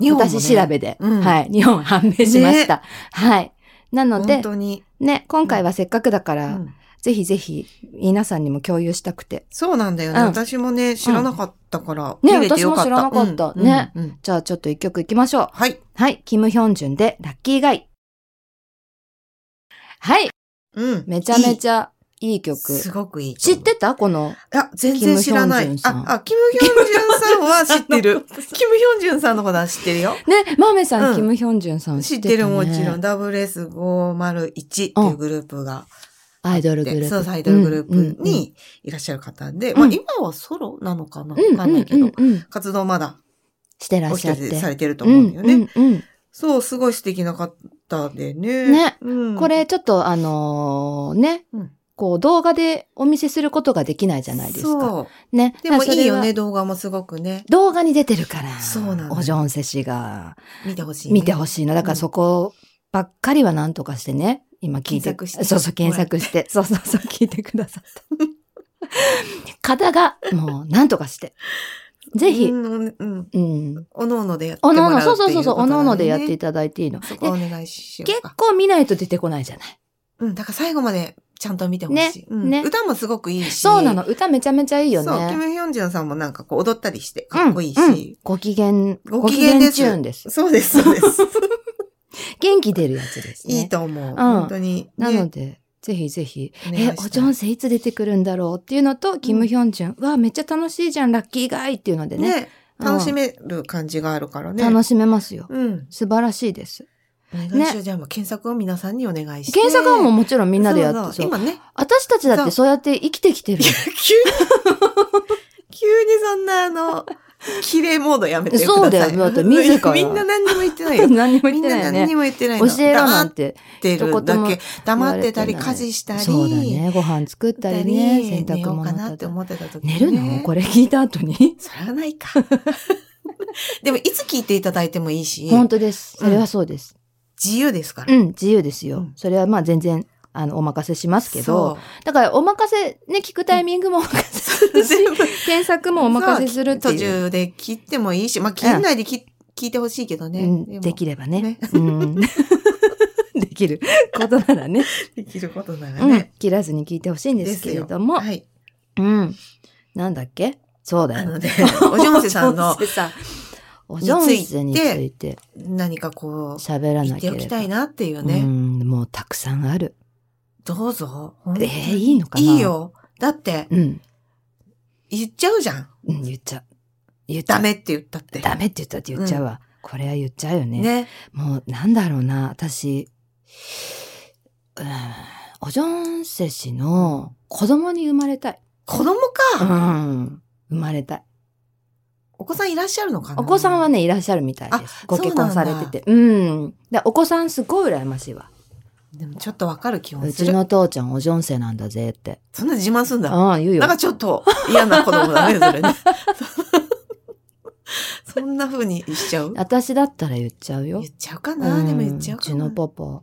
Speaker 2: 日本もね
Speaker 1: 私調べで、
Speaker 2: うん
Speaker 1: はい、2本判明しました。はい。なので
Speaker 2: 本、当に。
Speaker 1: ね、今回はせっかくだから、
Speaker 2: うん
Speaker 1: ぜひぜひ皆さんにも共有したくて。
Speaker 2: そうなんだよね。
Speaker 1: うん
Speaker 2: 私もね、知らなかったから、
Speaker 1: ね
Speaker 2: 見れてよかっ
Speaker 1: 私
Speaker 2: た。
Speaker 1: も知らなかった
Speaker 2: うん
Speaker 1: ね。
Speaker 2: うんうん
Speaker 1: じゃあちょっと一曲いきましょう。
Speaker 2: はい。
Speaker 1: はい、キム・ヒョンジュンでラッキーガイ。はい、
Speaker 2: うん。
Speaker 1: めちゃめ
Speaker 2: ゃ
Speaker 1: ちゃいい曲。
Speaker 2: すごくいいと
Speaker 1: 知
Speaker 2: 思う。
Speaker 1: ってたこの。
Speaker 2: いや、全然知らな
Speaker 1: キムヒョンジュンさ
Speaker 2: い。
Speaker 1: ん
Speaker 2: あ、あ、キム・ヒョンジュンさんは
Speaker 1: <laughs>
Speaker 2: 知ってる。キム・ヒョンジュンさんのことは知ってるよ。
Speaker 1: ね、マーメイさん、
Speaker 2: うん
Speaker 1: キム・ヒョンジュンさん
Speaker 2: 知
Speaker 1: 知
Speaker 2: っ
Speaker 1: って
Speaker 2: て
Speaker 1: た、ね、
Speaker 2: るもちろん。。WS501 っていうグループが、
Speaker 1: アイドルグループ。
Speaker 2: そう、アイドルグループ
Speaker 1: うんうんうん
Speaker 2: にいらっしゃる方で、
Speaker 1: うん
Speaker 2: まあ今はソロなのかな
Speaker 1: う
Speaker 2: わ
Speaker 1: ん
Speaker 2: かんないけ
Speaker 1: うんう
Speaker 2: ど
Speaker 1: ん、うん、
Speaker 2: 活動まだ
Speaker 1: してら
Speaker 2: お
Speaker 1: っしゃっ
Speaker 2: 一人で
Speaker 1: て。
Speaker 2: されてると思うんだよね。
Speaker 1: うんうん
Speaker 2: そう、すごい素敵な方でね。
Speaker 1: ね
Speaker 2: うん
Speaker 1: こ、れちょっとあのーね、
Speaker 2: うん
Speaker 1: こう動画でお見せすることができないじゃないですか。
Speaker 2: そう。
Speaker 1: ね。
Speaker 2: でもいいよ
Speaker 1: まあそれ
Speaker 2: ね、
Speaker 1: は
Speaker 2: 動画もすごくね。
Speaker 1: 動画に出てるから、
Speaker 2: そうなの
Speaker 1: おジョンセ氏が
Speaker 2: 見てほしいね。
Speaker 1: 見てほ
Speaker 2: い。
Speaker 1: しいの。だからそこばっかりはなんとかしてね、今聞いて。
Speaker 2: 検索して
Speaker 1: そうそう、検索して。そうそうそう、聞いてくださった。方が、もう、なんとか
Speaker 2: <laughs>
Speaker 1: して。ぜひ、
Speaker 2: うん、うん。
Speaker 1: うん。
Speaker 2: おのおのでやって
Speaker 1: お
Speaker 2: もら
Speaker 1: のおの、
Speaker 2: うって
Speaker 1: そう
Speaker 2: いこ
Speaker 1: うそう
Speaker 2: とだよね。
Speaker 1: そうそう、おのおのでやっていただいていいの。
Speaker 2: そこお
Speaker 1: で
Speaker 2: 願いしよ
Speaker 1: 結
Speaker 2: うか。
Speaker 1: 構見ないと出てこないじゃない。
Speaker 2: うん、だから最後までちゃんと見てほしい。
Speaker 1: ね
Speaker 2: うん
Speaker 1: ね
Speaker 2: 歌もすごくいいし。
Speaker 1: そうなの、歌めちゃめちゃいいよ
Speaker 2: そう、キ
Speaker 1: ね。
Speaker 2: ム・ヒョンジュンさんもなんかこう踊ったりして、かっこいいし。
Speaker 1: うんうんご機嫌、ご
Speaker 2: ご
Speaker 1: 機
Speaker 2: 機嫌
Speaker 1: 嫌
Speaker 2: です
Speaker 1: チューンです。
Speaker 2: そうです、そうです。
Speaker 1: 元気出るやつですね。
Speaker 2: いいと思う。本当に。
Speaker 1: なの
Speaker 2: で、
Speaker 1: で、ぜひぜひ、
Speaker 2: お願い
Speaker 1: え、
Speaker 2: したい
Speaker 1: おジョンセいつ出てくるんだろうっていうのと、キム・ヒョンジュン、うわ、めっちゃ楽しいじゃん、ラッキーガイっていうのでね。
Speaker 2: ね、楽し
Speaker 1: め、
Speaker 2: める感じがあるからね。
Speaker 1: 楽しめますよ。
Speaker 2: うん。
Speaker 1: 素晴らしいです。
Speaker 2: お願いしよう。じゃあもう検索を皆さんにお願いして。
Speaker 1: 検索はもうもちろんみんなでやって、
Speaker 2: そうそう
Speaker 1: そう
Speaker 2: 今ね、
Speaker 1: 私たちだってそうやって生きてきてる。
Speaker 2: 急に、急にそんなあの、綺麗モードやめてください。
Speaker 1: そうだよだって自ら
Speaker 2: <laughs> みんな何にも言ってないよ。
Speaker 1: <laughs> 何にも言っ
Speaker 2: みん
Speaker 1: て
Speaker 2: な
Speaker 1: ないよ
Speaker 2: 何に
Speaker 1: ね。
Speaker 2: も言ってない
Speaker 1: 教
Speaker 2: の。
Speaker 1: えろなんて
Speaker 2: ってるだけ
Speaker 1: 言わ
Speaker 2: 黙っ
Speaker 1: れ
Speaker 2: て
Speaker 1: てな
Speaker 2: た
Speaker 1: い
Speaker 2: り家事したり
Speaker 1: そうだね。ご飯作ったりね、洗
Speaker 2: 寝
Speaker 1: 濯
Speaker 2: よう
Speaker 1: 物
Speaker 2: か
Speaker 1: だ
Speaker 2: なっ
Speaker 1: ってたり。
Speaker 2: 思ってた時
Speaker 1: 寝るのこれ聞いた後に
Speaker 2: それはないか <laughs> でもいつ聞いていただいてもいいし
Speaker 1: 本当です。それはそうです。
Speaker 2: 自由ですから、
Speaker 1: うん、自由ですよ。
Speaker 2: うん
Speaker 1: それはまあ全然、あの、お任せしますけど
Speaker 2: そ、
Speaker 1: だからお任せ、ね、聞くタイミングもお任せす
Speaker 2: う
Speaker 1: るし、検索 <laughs> もお任せするって
Speaker 2: そう途
Speaker 1: いう。
Speaker 2: 中で切ってもいいしまあ切んないで切聞いてほしいけどね、 <laughs>
Speaker 1: うん <laughs>
Speaker 2: も
Speaker 1: できればね。
Speaker 2: ね
Speaker 1: うんできることな
Speaker 2: <laughs>
Speaker 1: らね、
Speaker 2: できることなら
Speaker 1: うん
Speaker 2: ね。、
Speaker 1: 切らずに聞いてほしいんですけれども、
Speaker 2: はい。
Speaker 1: うん。なんだっけそうだ
Speaker 2: な
Speaker 1: よ <laughs>
Speaker 2: の。で、お嬢せさんの
Speaker 1: お嬢
Speaker 2: <laughs>
Speaker 1: さんお嬢せについて
Speaker 2: 何かこう、
Speaker 1: 喋ら
Speaker 2: 言
Speaker 1: なけ
Speaker 2: って
Speaker 1: れ
Speaker 2: お
Speaker 1: ば。
Speaker 2: きたいなっていう
Speaker 1: う
Speaker 2: ね。
Speaker 1: ん、もうたくさんある。
Speaker 2: どうぞ。
Speaker 1: えー、いいのかない
Speaker 2: い。よ。だって、
Speaker 1: うん。
Speaker 2: 言っちゃうじゃん。
Speaker 1: うん、言っちゃう。言っちゃ
Speaker 2: ダ
Speaker 1: う。
Speaker 2: メって言ったって。
Speaker 1: ダメって言ったって言っちゃうわ。これは言っちゃうよね。
Speaker 2: ね。
Speaker 1: もう、なんだろうな、私、うん、おじょんせ氏の子供に生まれたい。
Speaker 2: 子供
Speaker 1: う
Speaker 2: か。
Speaker 1: ん。生まれたい。
Speaker 2: お子さんいらっしゃるのかな
Speaker 1: お子さんはね、いらっしゃるみたいです。ご結婚
Speaker 2: そ
Speaker 1: さ
Speaker 2: う
Speaker 1: れ
Speaker 2: なんだ
Speaker 1: てて。うん。で、お子さんすごい羨ましいわ。
Speaker 2: でもちょっとわかる気も
Speaker 1: う
Speaker 2: す
Speaker 1: ち
Speaker 2: る。
Speaker 1: の父ちゃんおじょんせなんだぜって。
Speaker 2: そんな自慢すんだ。
Speaker 1: うん、言うよ
Speaker 2: なん。かちょっと嫌な子
Speaker 1: <laughs>
Speaker 2: 供だね、それね。 <laughs> そんな風に言っちゃう
Speaker 1: 私だったら言っちゃうよ
Speaker 2: 言っ。ちゃうかなでも言っちゃう
Speaker 1: う
Speaker 2: か
Speaker 1: ち
Speaker 2: な
Speaker 1: のパパ、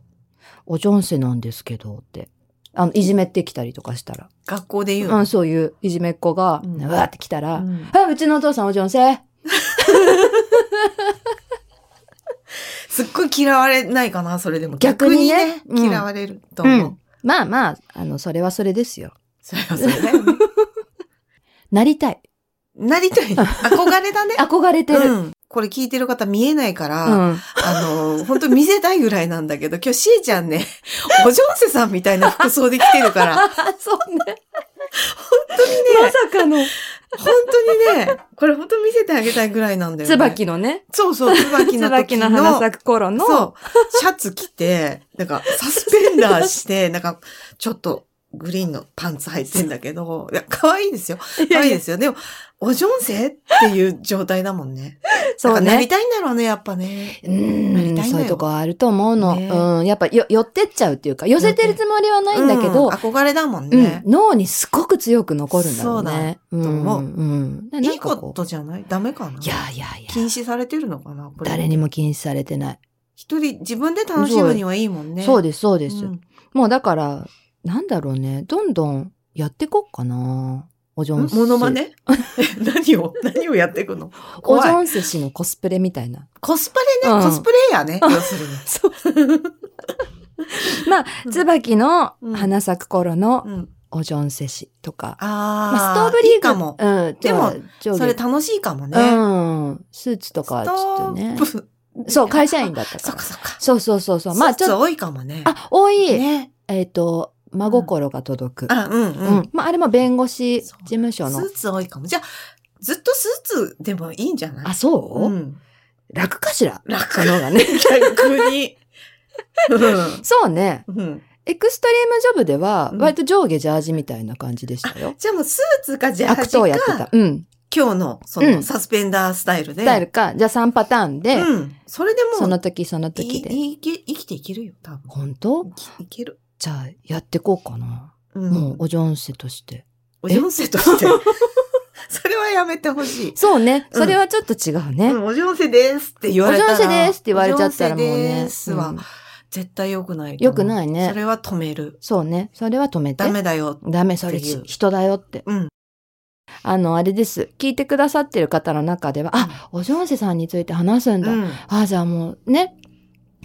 Speaker 1: おじょんせなんですけどって。あの、いじめってきたりとかしたら。
Speaker 2: 学校で言う
Speaker 1: う
Speaker 2: の。
Speaker 1: ん、そういういじめっ子が、
Speaker 2: うん
Speaker 1: わーって来たら、
Speaker 2: うん
Speaker 1: あ、うちのお父さんおじょんせ。
Speaker 2: すっごい嫌われないかな、それでも。
Speaker 1: 逆にね
Speaker 2: 逆に
Speaker 1: うん
Speaker 2: 嫌われると思
Speaker 1: うん
Speaker 2: う。
Speaker 1: まあまあ、あの、それはそれですよ。
Speaker 2: それはそれだ
Speaker 1: <laughs>
Speaker 2: よね。
Speaker 1: なりたい。
Speaker 2: なりたい。憧れだね。
Speaker 1: 憧れてる。
Speaker 2: うん。これ聞いてる方見えないから、
Speaker 1: うん。
Speaker 2: あの、本当見せたいぐらいなんだけど、今日しーちゃんね、 <laughs> お嬢せさんみたいな服装で来てる
Speaker 1: <laughs>
Speaker 2: から、本
Speaker 1: そうね。まさかの。
Speaker 2: 当にね、これ本当見せてあげたいぐらいなんだよね。。
Speaker 1: 椿のね。
Speaker 2: そうそう、椿の時
Speaker 1: 椿
Speaker 2: の
Speaker 1: の花咲く頃の。
Speaker 2: そう、シャツ着て、なんかサスペンダ
Speaker 1: <laughs>
Speaker 2: ーして、なんかちょっとグリーンのパンツ履いてんだけど、いや、可愛いですよ。
Speaker 1: い
Speaker 2: 可
Speaker 1: や
Speaker 2: 愛い
Speaker 1: い
Speaker 2: で
Speaker 1: や
Speaker 2: すよ。でも、お嬢せっていう状態だもんね。
Speaker 1: そう
Speaker 2: なんかなり
Speaker 1: ね。
Speaker 2: たいんだろうね、やっぱね。
Speaker 1: う
Speaker 2: なり
Speaker 1: ん
Speaker 2: たいんだよ
Speaker 1: そういうとこあると思うの。
Speaker 2: ね
Speaker 1: うん。やっぱよ、寄ってっちゃうっていうか、寄せてるつもりはないんだけ
Speaker 2: う
Speaker 1: ど、
Speaker 2: 憧れだもん
Speaker 1: うん
Speaker 2: ね。
Speaker 1: 脳にすごく強く残るんだろうね。う
Speaker 2: だと
Speaker 1: ん
Speaker 2: 思う
Speaker 1: うん。なんか
Speaker 2: いいことじゃないダメかない
Speaker 1: やいやいや。
Speaker 2: 禁止されてるのかなこれ
Speaker 1: 誰にも禁止されてない。
Speaker 2: 一人自分で楽しむにはいいもんね。
Speaker 1: そう
Speaker 2: で
Speaker 1: です、そうです。
Speaker 2: ん、
Speaker 1: もうだから、なんだろうね。どんどんやってこっかな。おじょんせ。
Speaker 2: モノマネ
Speaker 1: <laughs>
Speaker 2: 何を何をやっていくの
Speaker 1: おじょ
Speaker 2: 怖い。
Speaker 1: んせ氏のコスプレみたいな。
Speaker 2: コスプレね、
Speaker 1: うん
Speaker 2: コスプレイヤーね。要す
Speaker 1: <laughs>
Speaker 2: るに。
Speaker 1: そう。まあ、
Speaker 2: うん
Speaker 1: 椿の花咲く頃の
Speaker 2: うん。
Speaker 1: おじょんせ氏とか。
Speaker 2: あー。
Speaker 1: まあ、ストーブリーグ
Speaker 2: いいかも。
Speaker 1: うん。
Speaker 2: でも
Speaker 1: 上下、
Speaker 2: それ楽しいかもね。
Speaker 1: うん。スーツとか、
Speaker 2: ス
Speaker 1: ち
Speaker 2: ト
Speaker 1: ょっとね
Speaker 2: ー。ブ
Speaker 1: そう、会社員。だった
Speaker 2: あそ
Speaker 1: か
Speaker 2: っ
Speaker 1: ら
Speaker 2: か。そっか。
Speaker 1: そうそうそうそう。まあ、ち
Speaker 2: ちょっ
Speaker 1: ょっと、
Speaker 2: と多いかもね。
Speaker 1: あ、多い。
Speaker 2: ね。
Speaker 1: えっと、真心が届く。
Speaker 2: あ、うんう。
Speaker 1: うんん。まあ、あれも弁護士事
Speaker 2: そう
Speaker 1: 務所の
Speaker 2: ス。ーツ多いかも。じゃあ、ずっとスーツでもいいんじゃない。
Speaker 1: あ、そううん楽かしら
Speaker 2: 楽
Speaker 1: その方が
Speaker 2: <laughs>
Speaker 1: ね。
Speaker 2: 逆に。う
Speaker 1: そうね。
Speaker 2: んうん
Speaker 1: エクストリームジョブでは、
Speaker 2: うん
Speaker 1: 割と上下ジャージみたいな感じでしたよ。
Speaker 2: じゃあもうスーツかジャー
Speaker 1: 悪
Speaker 2: ジか
Speaker 1: 党やってた。うん。
Speaker 2: 今日のそうの
Speaker 1: ん
Speaker 2: サスペンダースタイルで。
Speaker 1: スタイルか。じゃあ3パターンで、
Speaker 2: うん。それで
Speaker 1: そ
Speaker 2: も
Speaker 1: の
Speaker 2: う
Speaker 1: 時その
Speaker 2: い
Speaker 1: 時で。
Speaker 2: いいけ生きていけるよ、多分。
Speaker 1: 本当
Speaker 2: 生きいける。
Speaker 1: じゃあやってこうかな。
Speaker 2: うん
Speaker 1: もう、おじょんせとして。
Speaker 2: お嬢せとして。 <laughs> それはやめてほしい。
Speaker 1: そうね。
Speaker 2: うん
Speaker 1: それはちょっと違う
Speaker 2: う
Speaker 1: ね。
Speaker 2: ん、お嬢せですって言わ
Speaker 1: お
Speaker 2: れ
Speaker 1: じ
Speaker 2: たら。
Speaker 1: ょんせですって言われちゃったらもうね
Speaker 2: お嬢せで。すは、
Speaker 1: うん
Speaker 2: 絶対良くないと思う。
Speaker 1: 良くないね
Speaker 2: それは止める。
Speaker 1: そうね。それは止めて
Speaker 2: ダ。メだよ。
Speaker 1: ダメ、それ
Speaker 2: っていう
Speaker 1: 人だよって。
Speaker 2: うん。
Speaker 1: あの、あれです。聞いてくださってる方の中では、あ、おじょんせさんについて話すん
Speaker 2: う
Speaker 1: だ。
Speaker 2: ん。
Speaker 1: あ、じゃあもうね、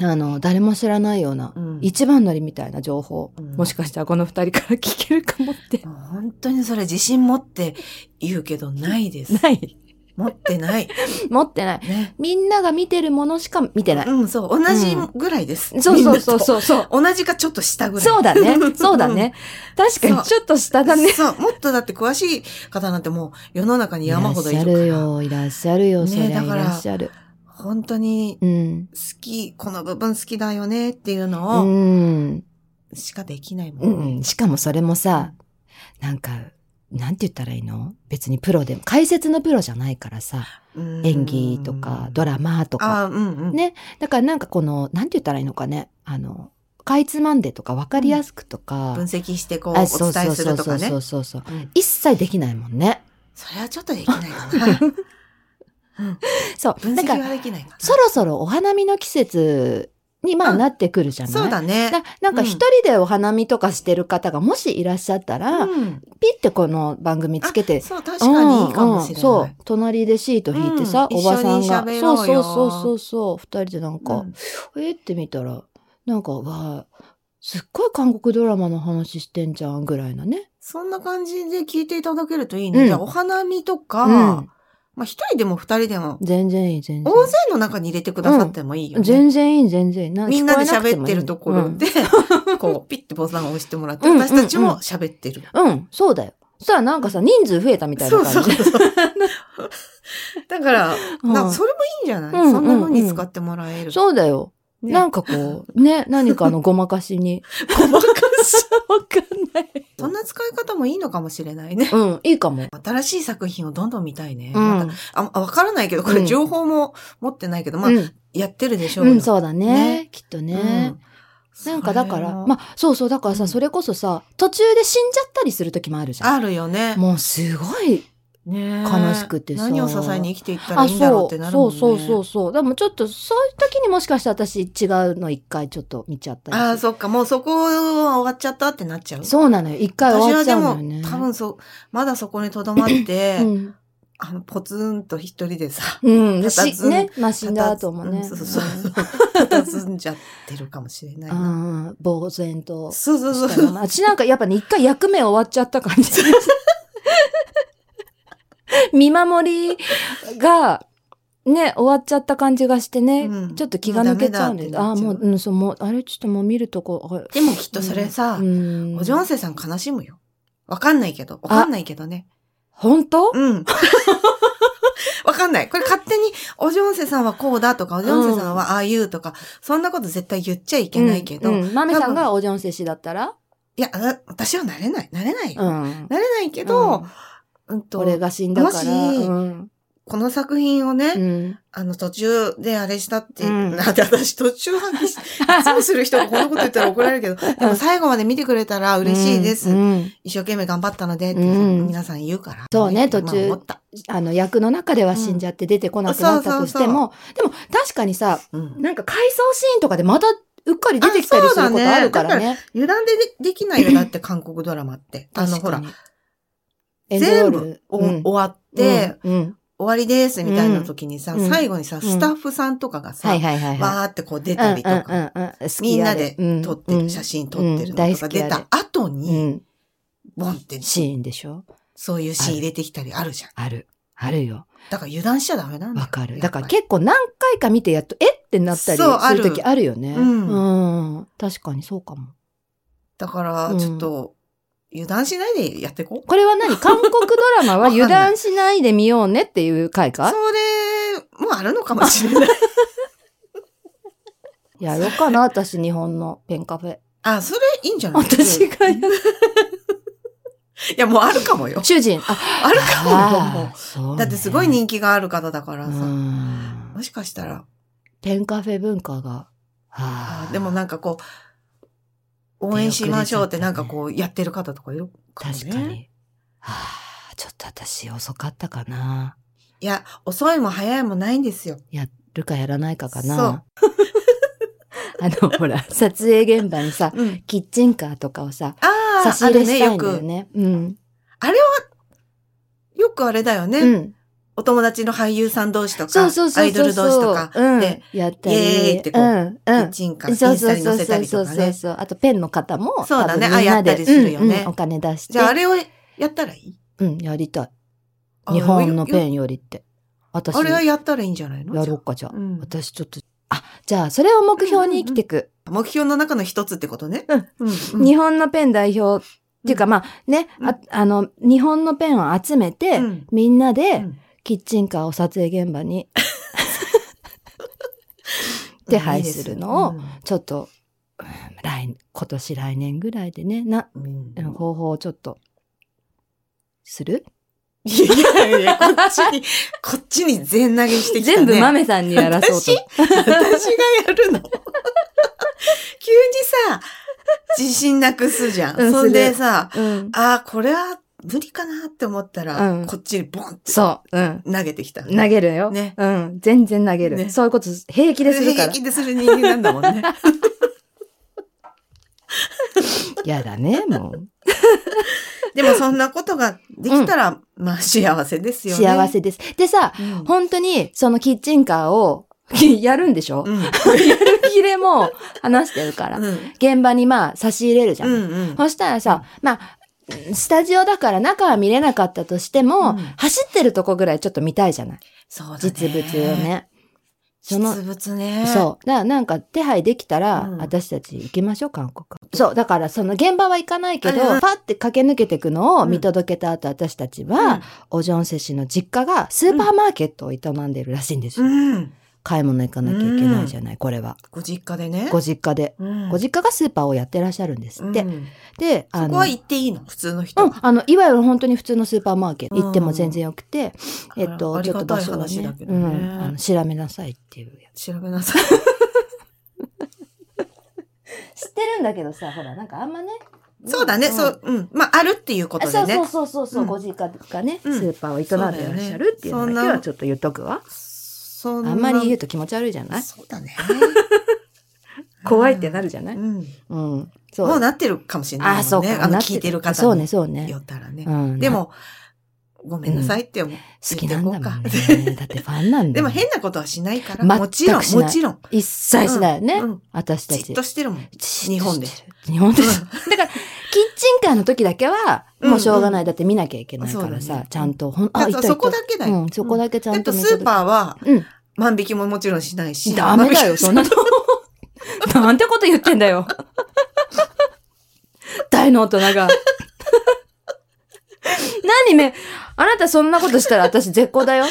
Speaker 1: あの、誰も知らないような、
Speaker 2: うん
Speaker 1: 一番乗りみたいな情報、
Speaker 2: うん
Speaker 1: もしかしたらこの二人から聞けるかもって。
Speaker 2: もう本当にそれ自信持って言うけど <laughs> ないです。
Speaker 1: <laughs> ない。
Speaker 2: 持ってない。
Speaker 1: 持ってない。 <laughs>
Speaker 2: ね。
Speaker 1: みんなが見てるものしか見てない。
Speaker 2: うん、そう。同じぐらいです。
Speaker 1: そうそうそう
Speaker 2: う。
Speaker 1: そうそう。
Speaker 2: 同じかちょっと下ぐらい。
Speaker 1: そうだ
Speaker 2: <laughs>
Speaker 1: ね。そうだね。確か
Speaker 2: そう
Speaker 1: にちょっと下だね。
Speaker 2: そう。もっとだって詳しい方なんてもう世の中に
Speaker 1: いら
Speaker 2: <laughs> 山
Speaker 1: っ
Speaker 2: ほどい
Speaker 1: しゃ
Speaker 2: るから。
Speaker 1: るよ、いらっしゃるよ、
Speaker 2: ね
Speaker 1: そりゃ
Speaker 2: だ
Speaker 1: い
Speaker 2: から
Speaker 1: らっしゃる。
Speaker 2: 本当に
Speaker 1: うん。
Speaker 2: 好き、この部分好きだよねっていう
Speaker 1: う
Speaker 2: のを
Speaker 1: ん。
Speaker 2: しかできないも
Speaker 1: うん
Speaker 2: ね。
Speaker 1: ん。しかもそれもさ、なんか、なんて言ったらいいの別にプロでも、解説のプロじゃないからさ、
Speaker 2: うん
Speaker 1: 演技とか、ド
Speaker 2: ラ
Speaker 1: ラマとか、
Speaker 2: あーうんうん。
Speaker 1: ねだからなんかこの、なんて言ったらいいのかね。あの、かいつまんでとか分かりやすくとか。
Speaker 2: 分析してこう、お
Speaker 1: あそう
Speaker 2: 伝
Speaker 1: そ
Speaker 2: え
Speaker 1: う
Speaker 2: す
Speaker 1: そ
Speaker 2: る
Speaker 1: う
Speaker 2: と
Speaker 1: そ
Speaker 2: か
Speaker 1: う
Speaker 2: ね
Speaker 1: そ。うそうそう。
Speaker 2: うん
Speaker 1: 一切できないもんね。
Speaker 2: それはちょっとできない
Speaker 1: <laughs>
Speaker 2: かな。はい
Speaker 1: そう。
Speaker 2: 分
Speaker 1: だか
Speaker 2: 析
Speaker 1: ら、
Speaker 2: はできないかな。
Speaker 1: そろそろお花見の季節にまあ
Speaker 2: うん
Speaker 1: なってくるじゃない、
Speaker 2: そうだね。
Speaker 1: ななんか
Speaker 2: うん
Speaker 1: 一人でお花見とかしてる方がもしいらっしゃったら、
Speaker 2: うん
Speaker 1: ピッてこの番組つけて
Speaker 2: そう、確かにいいかもしれない。
Speaker 1: うんうんそう隣でシート引いてさ、
Speaker 2: うん
Speaker 1: おばさんが
Speaker 2: 一緒に喋
Speaker 1: そ
Speaker 2: ろ
Speaker 1: う
Speaker 2: う
Speaker 1: そ
Speaker 2: よ
Speaker 1: うそうそうそう二人でなんか、
Speaker 2: うん
Speaker 1: えーって見たらなんか、わあ、すっごい韓国ドラマの話してんじゃんぐらいなね。
Speaker 2: そんな感じで聞いていただけるといい
Speaker 1: うん
Speaker 2: ね。じゃあお花見とか、
Speaker 1: うん
Speaker 2: まあ一人でも二人でも、
Speaker 1: 全然いい、全然い
Speaker 2: 大勢の中に入れてくださってもいいよ
Speaker 1: い。
Speaker 2: ね。
Speaker 1: 全然いい、全然いい。
Speaker 2: みんなで喋ってるところ
Speaker 1: で。
Speaker 2: で、 <laughs> こう、ピッてボタンを押してもらって、
Speaker 1: うん
Speaker 2: 私たちも喋ってる。
Speaker 1: うん、うんそうだよ。そしたらなんかさ、人数増えたみたいな
Speaker 2: そう
Speaker 1: 感じ。
Speaker 2: そうそう。だから、
Speaker 1: うん
Speaker 2: なんかそれもいいんじゃない、
Speaker 1: うん
Speaker 2: そんな風に使ってもらえる。
Speaker 1: そうだよ。
Speaker 2: ね
Speaker 1: なんかこう、ね、何かのごまかしに。
Speaker 2: ごまかし。
Speaker 1: <laughs> わかんない。
Speaker 2: そんな使い方もいいのかもしれないね。
Speaker 1: うん、いいかも。
Speaker 2: 新しい作品をどんどん見たいね。
Speaker 1: う
Speaker 2: ま
Speaker 1: ん
Speaker 2: た。ああわからないけど、こ
Speaker 1: うん
Speaker 2: れ情報も持ってないけど、まあ、
Speaker 1: うん
Speaker 2: やってるでしょ
Speaker 1: うん、
Speaker 2: よ
Speaker 1: そうだね。きっと
Speaker 2: う
Speaker 1: ね。
Speaker 2: ん
Speaker 1: なんかだから、
Speaker 2: それも
Speaker 1: まあ、そうそう、だから
Speaker 2: う
Speaker 1: さ、
Speaker 2: ん
Speaker 1: それこそさ、途中で死んじゃったりする時もあるじゃん。
Speaker 2: あるよね。
Speaker 1: もうすごい、
Speaker 2: ね
Speaker 1: 悲しくてさ
Speaker 2: 何を支えに生きていったら
Speaker 1: あ、
Speaker 2: いいんだろう
Speaker 1: そ
Speaker 2: って
Speaker 1: う、
Speaker 2: なる
Speaker 1: そ
Speaker 2: もん
Speaker 1: う
Speaker 2: ね。
Speaker 1: そうそうそう。でもちょっと、そういう時にもしかしたら私違うの一回ちょっと見ちゃったり
Speaker 2: あ
Speaker 1: す
Speaker 2: あ、
Speaker 1: る
Speaker 2: そっか。もうそこは終わっちゃったってなっちゃう。
Speaker 1: そうなのよ。一回終わ
Speaker 2: 私
Speaker 1: っ
Speaker 2: は
Speaker 1: ちゃ
Speaker 2: で
Speaker 1: うのよ
Speaker 2: も、
Speaker 1: ね。
Speaker 2: 多分そう、まだそこに留まって、
Speaker 1: うん。
Speaker 2: あの、ポツンと一人でさ、
Speaker 1: うん。
Speaker 2: たた
Speaker 1: し
Speaker 2: ずん
Speaker 1: ね、まあ死んだ後もね。
Speaker 2: うんそうそうそう。 <laughs> 佇んじゃってるかもしれないな。
Speaker 1: ん。うん。呆然と。
Speaker 2: そうそうそう
Speaker 1: した。らまあ私なんかやっぱね、一回役目終わっちゃった感
Speaker 2: <laughs>
Speaker 1: じ。見守りが、ね、終わっちゃった感じがしてね、
Speaker 2: うん
Speaker 1: ちょっと気が抜けちゃうんで
Speaker 2: もう
Speaker 1: す。あ
Speaker 2: ダ
Speaker 1: あ、
Speaker 2: メだ
Speaker 1: も
Speaker 2: っ
Speaker 1: う、
Speaker 2: て
Speaker 1: うん、そう、もう、あれ、ちょっともう見るとこ、
Speaker 2: でもきっとそれ
Speaker 1: あ
Speaker 2: さ
Speaker 1: う、ん。
Speaker 2: お嬢生さん悲しむよ。わかんないけど、わかんないけどね。
Speaker 1: 本当
Speaker 2: うん。 <laughs> わかんない。これ勝手に、お嬢生さんはこうだとか、お嬢生さんはああいうとか、そんなこと絶対言っちゃいけないけど、
Speaker 1: うん。うんまめさん
Speaker 2: 多
Speaker 1: がお嬢生師だったら
Speaker 2: いや、あ私はなれない。なれないよ。
Speaker 1: うん。
Speaker 2: なれないけど、うんと、
Speaker 1: 俺が死んだから。
Speaker 2: もし
Speaker 1: うん。
Speaker 2: この作品をね、
Speaker 1: うん
Speaker 2: あの、途中であれしたって、
Speaker 1: うん
Speaker 2: なんで私途中破棄し、いつもする人がこんなこと言ったら怒られるけど、でも最後まで見てくれたら <laughs> 嬉しいです。
Speaker 1: うん
Speaker 2: 一生懸命頑張ったので、って
Speaker 1: うん
Speaker 2: 皆さん言うから。
Speaker 1: そうね途
Speaker 2: 今
Speaker 1: 中
Speaker 2: 思った。
Speaker 1: あの、役の中では死んじゃって出てこなくなったとしても、でも確かにさ、
Speaker 2: うん
Speaker 1: なんか回想シーンとかでまたうっかり出てきたりすることあるからね。
Speaker 2: 油断ででできないよ、だって韓国ドラマって。あの、
Speaker 1: <laughs> 確
Speaker 2: ほ
Speaker 1: かに
Speaker 2: ら、全部お
Speaker 1: うん
Speaker 2: 終わって、
Speaker 1: うんうん
Speaker 2: 終わりです、みたいな時にさ、
Speaker 1: うん
Speaker 2: 最後にさ、スタッフさんとかがさ、
Speaker 1: はい
Speaker 2: わ
Speaker 1: はいはいはい。
Speaker 2: ーってこう出たりとか、
Speaker 1: うんうんうんうん好
Speaker 2: み
Speaker 1: き
Speaker 2: ん
Speaker 1: や
Speaker 2: なで撮ってる、写真撮ってる
Speaker 1: うんうん
Speaker 2: のとか出
Speaker 1: 大好
Speaker 2: た
Speaker 1: き
Speaker 2: 後
Speaker 1: うんう
Speaker 2: に、
Speaker 1: ん
Speaker 2: ボンって
Speaker 1: シーンでしょ
Speaker 2: そういうシーン入れてきたりあるじゃん。
Speaker 1: ある。あるよ。
Speaker 2: だから油断しちゃダメなんだよ
Speaker 1: わかる。だから
Speaker 2: やっぱり
Speaker 1: 結構何回か見てやっと、えってなったり
Speaker 2: そうあ
Speaker 1: す
Speaker 2: る
Speaker 1: るときあるよね。
Speaker 2: うん
Speaker 1: うん確かにそうかも。
Speaker 2: だから、ちょっと、油断しないでやっていこう。
Speaker 1: これは
Speaker 2: <laughs>
Speaker 1: 何韓国ドラマは油断しないで見ようねっていう回
Speaker 2: それ
Speaker 1: か
Speaker 2: もあるのかもし
Speaker 1: <laughs>
Speaker 2: れない。
Speaker 1: やろうかな、私、日本のペンカフェ。
Speaker 2: あ、それいいんじゃない
Speaker 1: 私
Speaker 2: い
Speaker 1: がやる
Speaker 2: や、もうあるかもよ。
Speaker 1: 主人。あ
Speaker 2: あるかもよも
Speaker 1: あーそう
Speaker 2: う。
Speaker 1: ね
Speaker 2: だってすごい人気がある方だから
Speaker 1: う
Speaker 2: さ。
Speaker 1: ん
Speaker 2: もしかしたら、
Speaker 1: ペンカフェ文化が。
Speaker 2: あ
Speaker 1: は
Speaker 2: ーでもなんかこう、応援しましょうってなんかこうやってる方とかいるかもね。
Speaker 1: 確か。に。はあ、ちょっと私遅かったかな。
Speaker 2: いや、遅いも早いもないんですよ。
Speaker 1: やるかやらないかかな。 <laughs> あの、ほら、撮影現場にさ、
Speaker 2: うん。
Speaker 1: キッチンカーとかをさ、
Speaker 2: あ
Speaker 1: 差
Speaker 2: あ、
Speaker 1: し
Speaker 2: あ
Speaker 1: 入
Speaker 2: る
Speaker 1: れ
Speaker 2: ね、
Speaker 1: したい
Speaker 2: よ
Speaker 1: んだよ
Speaker 2: く。
Speaker 1: ね。うん。
Speaker 2: よくあれだよね。
Speaker 1: うん。
Speaker 2: お友達の俳優さん同士とか、
Speaker 1: そうそうそうそうそう。
Speaker 2: アイドル同士とか、
Speaker 1: うん
Speaker 2: で、
Speaker 1: やった
Speaker 2: イエー
Speaker 1: り。
Speaker 2: イってこう
Speaker 1: うん。
Speaker 2: キ
Speaker 1: う
Speaker 2: ッ
Speaker 1: ん。
Speaker 2: チンカー、
Speaker 1: そう
Speaker 2: イン
Speaker 1: そう
Speaker 2: ス
Speaker 1: そ
Speaker 2: タ
Speaker 1: う
Speaker 2: に載せた
Speaker 1: そう
Speaker 2: り
Speaker 1: そ
Speaker 2: と
Speaker 1: う
Speaker 2: か
Speaker 1: そう
Speaker 2: ね。
Speaker 1: そう。あとペンの方も、
Speaker 2: そうだ
Speaker 1: 多
Speaker 2: ね
Speaker 1: 分みんなで
Speaker 2: あやったりするよね
Speaker 1: うんうんお金出して。
Speaker 2: じゃああれをやったらいい
Speaker 1: うん、やりたい。
Speaker 2: あ
Speaker 1: 日本のペ
Speaker 2: よ
Speaker 1: ンよりって。私、
Speaker 2: あれは
Speaker 1: や
Speaker 2: やったらいいんじゃないの
Speaker 1: ろうか、じゃあ。
Speaker 2: うん
Speaker 1: 私ちょっと、あ、じゃあ、それを目標に生きていく。
Speaker 2: 目標の中の一つってことね。うん。うん
Speaker 1: 日本のペン代表っていうか、
Speaker 2: うん
Speaker 1: まあね、
Speaker 2: うん
Speaker 1: あ、あの、日本のペンを集めて、
Speaker 2: うん
Speaker 1: みんな
Speaker 2: う
Speaker 1: で
Speaker 2: ん
Speaker 1: キッチンカーを撮影現場に
Speaker 2: <laughs>
Speaker 1: 手配するのを、ちょっと、うん来、今年来年ぐらいでね、な、
Speaker 2: うんうん
Speaker 1: うん方法をちょっと、す
Speaker 2: <laughs>
Speaker 1: る
Speaker 2: いやいやいや、こっちに、こっちに全投げしてきたね。
Speaker 1: 全部豆さんにやらそうと。
Speaker 2: 私がやるの。急にさ、自信なくすじゃん。
Speaker 1: うん
Speaker 2: そんでさ、
Speaker 1: うん。
Speaker 2: ああ、これは無理かなって思ったら、
Speaker 1: うん
Speaker 2: こっちにボンって
Speaker 1: そう。うん。
Speaker 2: 投げてきた。
Speaker 1: 投げるよ。
Speaker 2: ね
Speaker 1: うん。全然投げる。
Speaker 2: ね
Speaker 1: そういうこと平気でするか
Speaker 2: 平
Speaker 1: ら。
Speaker 2: 気でする人間なんだもん
Speaker 1: <laughs>
Speaker 2: ね。
Speaker 1: やだね、もう。
Speaker 2: でもそんなことができた <laughs> ら、まあ幸せですよね。
Speaker 1: 幸せです。でさ、
Speaker 2: うん。
Speaker 1: 本当にそのキッチンカーを、 <laughs> やるんでし <laughs> ょ、
Speaker 2: うん。
Speaker 1: やる気でもう話してるから。
Speaker 2: うん
Speaker 1: 現場にまあ差し入れるじゃ。
Speaker 2: うんん。
Speaker 1: そしたらさ、まあ、スタジオだから中は見れなかったとしても、
Speaker 2: うん
Speaker 1: 走ってるとこぐらいちょっと見たいじゃない
Speaker 2: そうだね
Speaker 1: 実物を。ね。その
Speaker 2: 実物ね。
Speaker 1: そう。だからなんか手配できたら、
Speaker 2: うん
Speaker 1: 私たち行きましょう、韓国。そう。だからその現場は行かないけど、
Speaker 2: はいはい
Speaker 1: パって駆け抜けていくのを見届けた後、私たちは、
Speaker 2: うん
Speaker 1: おジョンセ氏の実家がスーパーマーケットを営んでるらしいんですよ。
Speaker 2: うん。
Speaker 1: 買い物行かなきゃいけないじゃない、これは。
Speaker 2: ご実家でね。
Speaker 1: ご実家で。
Speaker 2: うん
Speaker 1: ご実家がスーパーをやってらっしゃるんですって。
Speaker 2: うん
Speaker 1: で、
Speaker 2: そ
Speaker 1: あ
Speaker 2: こ
Speaker 1: の
Speaker 2: は、行っていいの普通の人。
Speaker 1: うん、あの、いわゆる本当に普通のスーパーマーケット
Speaker 2: うん
Speaker 1: 行っても全然よくて、えっ
Speaker 2: あ
Speaker 1: と、ち
Speaker 2: り
Speaker 1: ょっと場
Speaker 2: がたい
Speaker 1: 所は
Speaker 2: 話だ
Speaker 1: ね、
Speaker 2: けど
Speaker 1: う
Speaker 2: ね。
Speaker 1: ん、あの、調べなさいっていうやつ。
Speaker 2: 調べなさい。
Speaker 1: 知ってるんだけどさ、ほら、なんかあんまね。
Speaker 2: <laughs> そうだね、
Speaker 1: ん
Speaker 2: そう、うん。まあ、あるっていうことで
Speaker 1: あそ
Speaker 2: ね
Speaker 1: う。そうそうそう、
Speaker 2: うん
Speaker 1: ご実家がね、
Speaker 2: うん
Speaker 1: スーパーを営んでいらっしゃるっていうのだけはちょっと言っとくわ。
Speaker 2: そ
Speaker 1: あんまり言うと気持ち悪いじゃない
Speaker 2: そうだ <laughs> ね。
Speaker 1: 怖いってなるじゃな
Speaker 2: う
Speaker 1: い
Speaker 2: ん。
Speaker 1: うん。そう。
Speaker 2: もうなってるかもしれないもんね。
Speaker 1: あ、そうか。
Speaker 2: あの、
Speaker 1: なって
Speaker 2: 聞いてる方に。
Speaker 1: そうね、そうね
Speaker 2: よ。ったらね
Speaker 1: う。ん。
Speaker 2: でも、ごめんなさいって思う。
Speaker 1: 好きなんだもん
Speaker 2: 言って
Speaker 1: ね。だってファンなんだ
Speaker 2: で
Speaker 1: よ
Speaker 2: も変なことはしないから。
Speaker 1: 全く
Speaker 2: もちろん、
Speaker 1: しない
Speaker 2: もちろん。
Speaker 1: 一切しないよね、
Speaker 2: うん。
Speaker 1: 私た
Speaker 2: じ
Speaker 1: ち
Speaker 2: っと。してるもん。
Speaker 1: <laughs> し
Speaker 2: 日本で
Speaker 1: し日本で。だから、キッチンカーの時だけは、もうしょうがない。だって見なきゃいけないから
Speaker 2: そうだ
Speaker 1: さ
Speaker 2: ね、
Speaker 1: ちゃんと、ほん、
Speaker 2: だ
Speaker 1: あ、
Speaker 2: か
Speaker 1: いた
Speaker 2: ら
Speaker 1: いた。
Speaker 2: そこだけだ
Speaker 1: う
Speaker 2: よ。
Speaker 1: ん、そこだけちゃ
Speaker 2: だ
Speaker 1: ん
Speaker 2: っ
Speaker 1: と
Speaker 2: て
Speaker 1: 見
Speaker 2: ス
Speaker 1: 届
Speaker 2: ー
Speaker 1: け。
Speaker 2: パーは
Speaker 1: うん。
Speaker 2: 万引きももちろんしないし。
Speaker 1: ダメ
Speaker 2: <laughs>
Speaker 1: だよ、そんなの。なんてこと言ってんだよ。大の大人が。何め、あなたそんなことしたら私絶好だ
Speaker 2: <laughs>
Speaker 1: よ。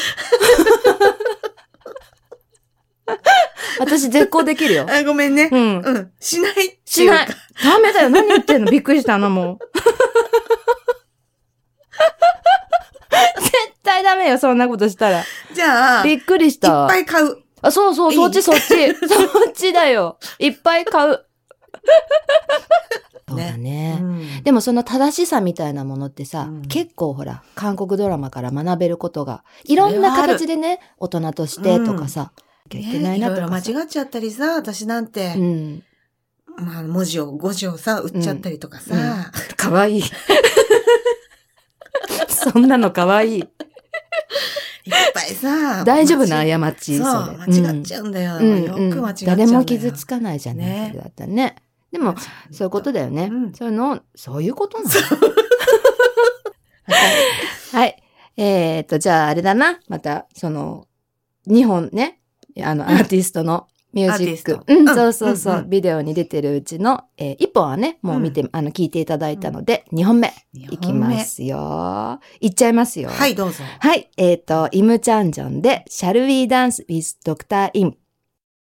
Speaker 1: 私絶好できるよ。
Speaker 2: あ、ごめんね
Speaker 1: う。ん。
Speaker 2: うん。しないってうか。
Speaker 1: しない。ダメだよ。何言ってん
Speaker 2: <laughs>
Speaker 1: のびっくりしたの、もう。絶対ダメよ、そんなことしたら。
Speaker 2: じゃあ、い
Speaker 1: び
Speaker 2: っ
Speaker 1: っくりした。
Speaker 2: ぱい買う。
Speaker 1: あ、そうそう、
Speaker 2: いい
Speaker 1: そっちそっ
Speaker 2: <laughs>
Speaker 1: ち。そっちだよ。いっぱい買う。そうだね。
Speaker 2: うん
Speaker 1: でもその正しさみたいなものってさ、
Speaker 2: うん
Speaker 1: 結構ほら、韓国ドラマから学べることが、いろんな
Speaker 2: それはある
Speaker 1: 形でね、大人としてとかさ、いけないなと
Speaker 2: ね
Speaker 1: か
Speaker 2: い
Speaker 1: さ。
Speaker 2: ろいろ間違っちゃったりさ、私なんて、
Speaker 1: うん。
Speaker 2: まあ、文字を、5字をさ、売っちゃったりとかさ、
Speaker 1: うんうかわいい。 <laughs> そんなのかわいい。
Speaker 2: いっぱいさ、
Speaker 1: 大丈夫な
Speaker 2: 間違
Speaker 1: 過ち。
Speaker 2: そう、
Speaker 1: れ
Speaker 2: 間違っちゃう間違っちゃうんだよ。
Speaker 1: うん
Speaker 2: よ
Speaker 1: うん
Speaker 2: く間違っちゃうんだ
Speaker 1: 誰
Speaker 2: よ。
Speaker 1: も傷つかないじゃない、
Speaker 2: ね
Speaker 1: だったね。でも、そういうことだよね。
Speaker 2: うん
Speaker 1: そういうの、そういうことなのはい。えっ、と、じゃああれだな。また、その、日本ね、あの、アーティストのミュージッ
Speaker 2: ア
Speaker 1: ク
Speaker 2: ー。ティ
Speaker 1: う
Speaker 2: ス
Speaker 1: ん、
Speaker 2: トうん
Speaker 1: そうそうそう、
Speaker 2: うんうん
Speaker 1: ビデオに出てるうちの、えー一本はね、もう見て、あの、聞いていただいたので、二本目、いきますよ。いっちゃいますよ。
Speaker 2: はい、どうぞ。
Speaker 1: はい。えっ、と、イムチャンジョンで、Shall We Dance with Dr. Imp。